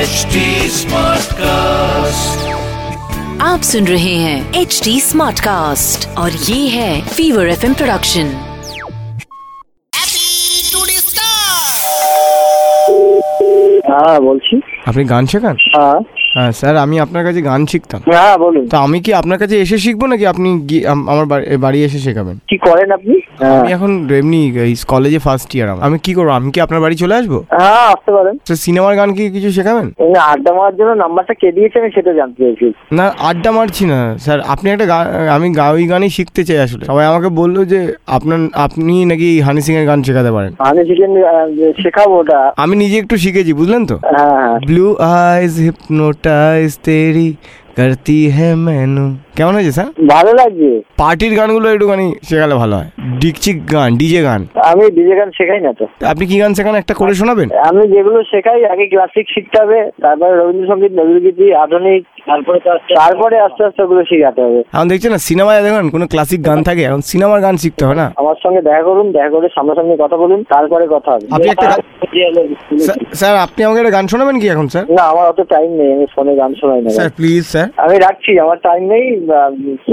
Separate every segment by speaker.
Speaker 1: HD Smartcast.
Speaker 2: आप सुन रहे हैं एच डी स्मार्ट कास्ट और ये है फीवर एफ प्रोडक्शन
Speaker 3: হ্যাঁ বলছি
Speaker 4: আপনি গান শেখান
Speaker 3: হ্যাঁ
Speaker 4: হ্যাঁ স্যার আমি আপনার কাছে গান শিখতাম
Speaker 3: হ্যাঁ বলুন
Speaker 4: তো আমি কি আপনার কাছে এসে শিখবো নাকি আপনি গিয়ে আম- আমার বাড়ি- এ, বাড়ি এসে শেখাবেন
Speaker 3: কি করেন আপনি হ্যাঁ
Speaker 4: আমি এখন এমনি এই কলেজে ফার্স্ট ইয়ার আমি কি করবো আমি কি আপনার বাড়ি চলে আসবো
Speaker 3: হ্যাঁ আসতে পারেন
Speaker 4: স্যার সিনেমার গান কি কিছু শেখাবেন
Speaker 3: এই আড্ডা মারার জন্য নাম্বারটা কে দিয়েছে আমি সেটা জানতে চাইছি
Speaker 4: না আড্ডা মারছি না স্যার আপনি একটা গান আমি গা ওই গানই শিখতে চাই আসলে সবাই আমাকে বললো যে আপনার আপনি নাকি হানি সিং এর গান শেখাতে পারেন
Speaker 3: আমি সেখানে শেখাবো ওটা
Speaker 4: আমি নিজে একটু শিখেছি বুঝলেন তো
Speaker 3: হ্যাঁ হ্যাঁ
Speaker 4: ব্লু আইজ হিপনোটাইজ তেরি করতি হ্যাঁ মেনু কেমন হয়েছে স্যার
Speaker 3: ভালো লাগছে
Speaker 4: পার্টির গানগুলো একটুখানি শেখালে ভালো হয় ডিকচিক গান ডিজে গান
Speaker 3: আমি ডিজে গান শেখাই না তো
Speaker 4: আপনি কি গান শেখান একটা করে শোনাবেন
Speaker 3: আমি যেগুলো শেখাই আগে ক্লাসিক শিখতে হবে তারপরে রবীন্দ্রসঙ্গীত নজরুলগীতি আধুনিক তারপরে তো আস্তে- তারপরে আস্তে আস্তে ওগুলো শেখাতে হবে
Speaker 4: এখন দেখছেন না সিনেমায় দেখুন কোনো ক্লাসিক গান থাকে এখন সিনেমার গান শিখতে হয় না
Speaker 3: আমার সঙ্গে দেখা করুন দেখা করে সামনাসামনি কথা বলুন তারপরে কথা হবে
Speaker 4: আপনি একটা গান- স্যার- স্যার আপনি আমাকে একটা গান শোনাবেন কি এখন স্যার
Speaker 3: না আমার অত টাইম নেই আমি ফোনে গান শোনাই না
Speaker 4: স্যার প্লিজ স্যার
Speaker 3: আমি রাখছি আমার টাইম নেই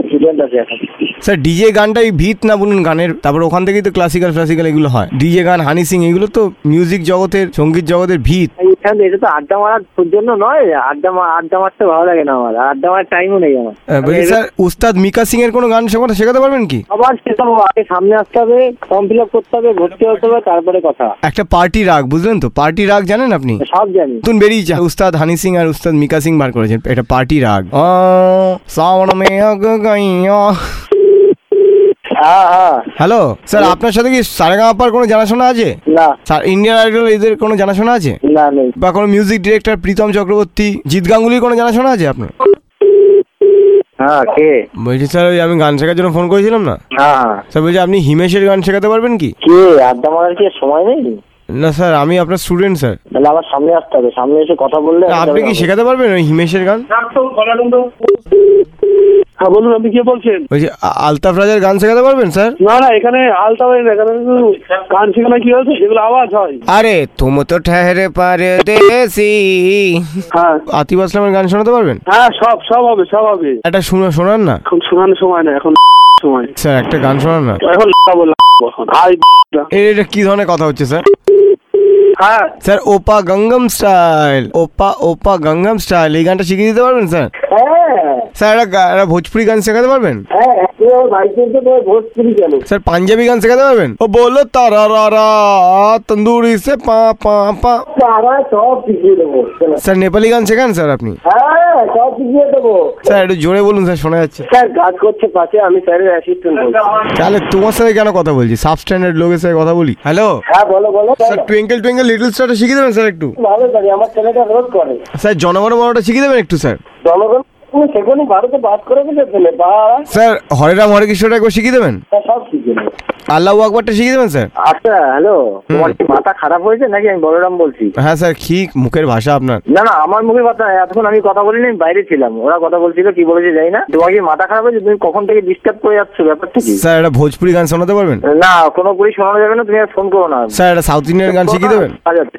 Speaker 3: স্টুডেন্ট আছে এখন
Speaker 4: স্যার ডিজে গানটাই ভিত না বলুন গানের তারপর ওখান থেকেই তো ক্লাসিক্যাল ক্লাসিক্যাল এগুলো হয় ডিজে গান হানি সিং এগুলো তো মিউজিক জগতের সঙ্গীত জগতের ভিত
Speaker 3: এখানে এটা তো আড্ডা মারার জন্য নয় আড্ডা মা- আড্ডা মারতে ভালো লাগে না আমার আড্ডা মারার টাইমও নেই আমার
Speaker 4: আহ, বলছি স্যার উস্তাদ মিকা সিং এর কোনো গান শেখাতে শেখাতে পারবেন কি
Speaker 3: আবার সেটাও আগে সামনে আসতে হবে ফর্ম ফিল আপ করতে হবে ভর্তি হতে হবে তারপরে কথা
Speaker 4: একটা পার্টি রাগ বুঝলেন তো পার্টি রাগ জানেন আপনি
Speaker 3: সব জানি
Speaker 4: নতুন বেরিয়েছে উস্তাদ হানি সিং আর উস্তাদ মিকা সিং বার করেছেন এটা পার্টি রাগ আ, শ্রাবণ মেঘ গাইয়া।
Speaker 3: হ্যাঁ হ্যাঁ
Speaker 4: হ্যালো স্যার আপনার সাথে কি সারেগামাপার কোনো জানাশোনা আছে
Speaker 3: না
Speaker 4: স্যার ইন্ডিয়ান আইডল এদের কোনো জানাশোনা আছে
Speaker 3: না নেই
Speaker 4: বা কোনো মিউজিক ডিরেক্টর প্রীতম চক্রবর্তী জিৎ গাঙ্গুলির কোনো জানাশোনা আছে আপনার
Speaker 3: হ্যাঁ কে
Speaker 4: বলছি স্যার ওই আমি গান শেখার জন্য ফোন করেছিলাম না
Speaker 3: হ্যাঁ হ্যাঁ।
Speaker 4: স্যার বলছি আপনি হিমেশের গান শেখাতে পারবেন কি
Speaker 3: কে আড্ডা মারার কি সময় নেই
Speaker 4: না স্যার আমি আপনার স্টুডেন্ট স্যার
Speaker 3: তাহলে আবার সামনে আসতে হবে সামনে এসে কথা বললে
Speaker 4: তা আপনি কি শেখাতে পারবেন ওই হিমেশের গান
Speaker 3: হ্যাঁ বলুন আপনি কে বলছেন
Speaker 4: বলছি আ- আলতাফ রাজার গান শেখাতে পারবেন স্যার
Speaker 3: না না এখানে আলতা হয় না এখানে গান শেখানো কি হয়েছে সেগুলো আওয়াজ হয়
Speaker 4: আরে তুম তো ঠেহরে পারে দেশি
Speaker 3: হ্যাঁ
Speaker 4: আতিফ আসলামের গান শোনাতে পারবেন
Speaker 3: হ্যাঁ সব সব হবে সব হবে
Speaker 4: একটা শুনে শোনান না
Speaker 3: এখন শোনানোর সময় না এখন সময়
Speaker 4: স্যার একটা গান শোনান না
Speaker 3: এখন বললাম এখন আই
Speaker 4: এ- এটা কি ধরনের কথা হচ্ছে স্যার
Speaker 3: হ্যাঁ
Speaker 4: sir oppa Gangnam style oppa oppa Gangnam style এই গানটা শিখিয়ে দিতে পারবেন স্যার স্যার একটা গা- একটা ভোজপুরি গান শেখাতে পারবেন
Speaker 3: হ্যাঁ ভোজপুরি কেন
Speaker 4: স্যার পাঞ্জাবি গান শেখাতে পারবেন ও বলো তারা রা রা তন্দুরি সে পা পা পা
Speaker 3: তারা সব শিখিয়ে দেবো
Speaker 4: স্যার নেপালি গান শেখান স্যার আপনি
Speaker 3: হ্যাঁ সব শিখিয়ে দেবো
Speaker 4: স্যার একটু জোরে বলুন স্যার শোনা যাচ্ছে
Speaker 3: স্যার কাজ করছে পাশে আমি স্যারের অ্যাসিস্ট্যান্ট
Speaker 4: তাহলে তোমার সাথে কেন কথা বলছি সাবস্ট্যান্ডার্ড লোকের সাথে কথা বলি হ্যালো
Speaker 3: হ্যাঁ বলো বলো
Speaker 4: স্যার টুয়েঙ্কেল টুয়েঙ্কেল লিটল স্টারটা শিখিয়ে দেবেন স্যার একটু
Speaker 3: ভালো জানি আমার ছেলেটা রোজ করে
Speaker 4: স্যার জনগণ বড়টা শিখিয়ে দেবেন একটু স্যার
Speaker 3: জনগণ তুমি সেখানে ভারতে বাস করে দিলে ছেলে বা
Speaker 4: স্যার হরে রাম হরে কৃষ্ণটা একবার শিখিয়ে দেবেন
Speaker 3: সব শিখে নেবে
Speaker 4: আল্লাহ আকবরটা শিখিয়ে দেবেন স্যার
Speaker 3: আচ্ছা হ্যালো তোমার কি মাথা খারাপ হয়েছে নাকি আমি বলরাম বলছি
Speaker 4: হ্যাঁ স্যার ঠিক মুখের ভাষা আপনার
Speaker 3: না না আমার মুখে কথা নাই। এতক্ষণ আমি কথা বলিনি আমি বাইরে ছিলাম ওরা কথা বলছিল কি বলেছে যাই না তোমার কি মাথা খারাপ হয়েছে তুমি কখন থেকে ডিস্টার্ব করে যাচ্ছ ব্যাপারটা কি
Speaker 4: স্যার একটা ভোজপুরি গান শোনাতে পারবেন
Speaker 3: না কোনো করে শোনানো যাবে না তুমি আর ফোন করো না আচ্ছা,
Speaker 4: স্যার একটা সাউথ ইন্ডিয়ান গান শিখিয়ে দেবেন
Speaker 3: আজ আছে।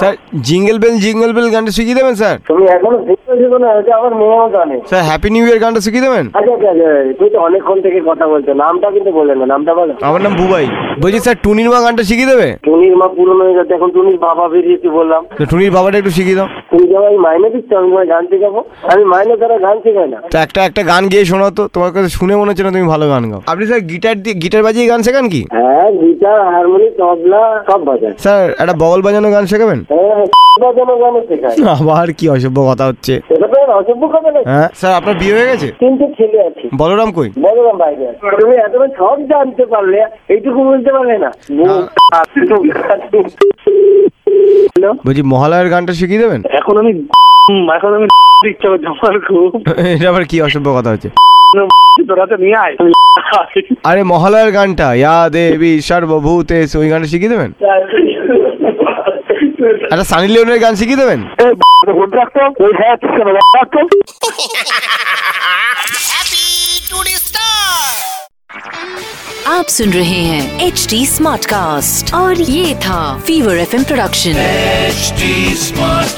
Speaker 4: Sir jingle bell jingle bell গানটা শিখিয়ে দেবেন স্যার
Speaker 3: তুমি এখনো বুঝতে শিখো না এটা আমার মেয়েও জানে
Speaker 4: স্যার হ্যাপি নিউ ইয়ার গানটা শিখিয়ে দেবেন
Speaker 3: আচ্ছা আচ্ছা আচ্ছা, তুমি তো অনেকক্ষণ থেকে কথা বলছো নামটা কিন্তু বলে না নামটা বলো
Speaker 4: আমার নাম বুবাই বলছি স্যার টুনির মা গানটা শিখিয়ে দেবে
Speaker 3: টুনির মা পুরনো হয়ে গেছে এখন টুনির বাবা বেরিয়েছে বললাম
Speaker 4: তো টুনির বাবাটা একটু শিখিয়ে দাও
Speaker 3: তুমি যে আমায় মাইনে দিচ্ছ আমি তোমায় গান শেখাবো আমি মাইনে তারা গান শেখাই না
Speaker 4: তো একটা একটা গান গিয়ে শোনাও তো তোমার কাছে শুনে মনে হচ্ছে না তুমি ভালো গান গাও আপনি স্যার গিটার দিয়ে গিটার বাজিয়ে গান শেখান কি
Speaker 3: হ্যাঁ গিটার হারমোনি তবলা সব বাজায়
Speaker 4: স্যার একটা বগল বাজানো গান শেখাবেন
Speaker 3: হ্যাঁ বাজানো গানও শেখায়
Speaker 4: আবার কি অসভ্য কথা হচ্ছে
Speaker 3: এটা তো অসভ্য কথা না
Speaker 4: হ্যাঁ স্যার আপনার বিয়ে হয়ে গেছে
Speaker 3: তিনটে ছেলে আছে
Speaker 4: বলরাম কই
Speaker 3: বললাম বাইরে আছে। তুমি এতক্ষণ সব জানতে পারলে এইটুকু বলতে পারলে না হ্যালো
Speaker 4: বলছি মহালয়ার গানটা শিখিয়ে দেবেন
Speaker 3: এখন আমি এখন আমি ইচ্ছা করছে আমার খুব
Speaker 4: এটা আবার কি অসভ্য কথা হচ্ছে
Speaker 3: তোরা তো নিয়ে আয়
Speaker 4: আরে মহালয়ার গানটা ইয়া দেবী সর্বভূতে ওই গানটা শিখিয়ে দেবেন একটা সানি লিওনের গান শিখিয়ে দেবেন
Speaker 3: ভোট রাখতো ওই হ্যাঁ রাখতো
Speaker 2: आप सुन रहे हैं एच डी स्मार्ट कास्ट और ये था Fever F production
Speaker 1: HD Smartcast.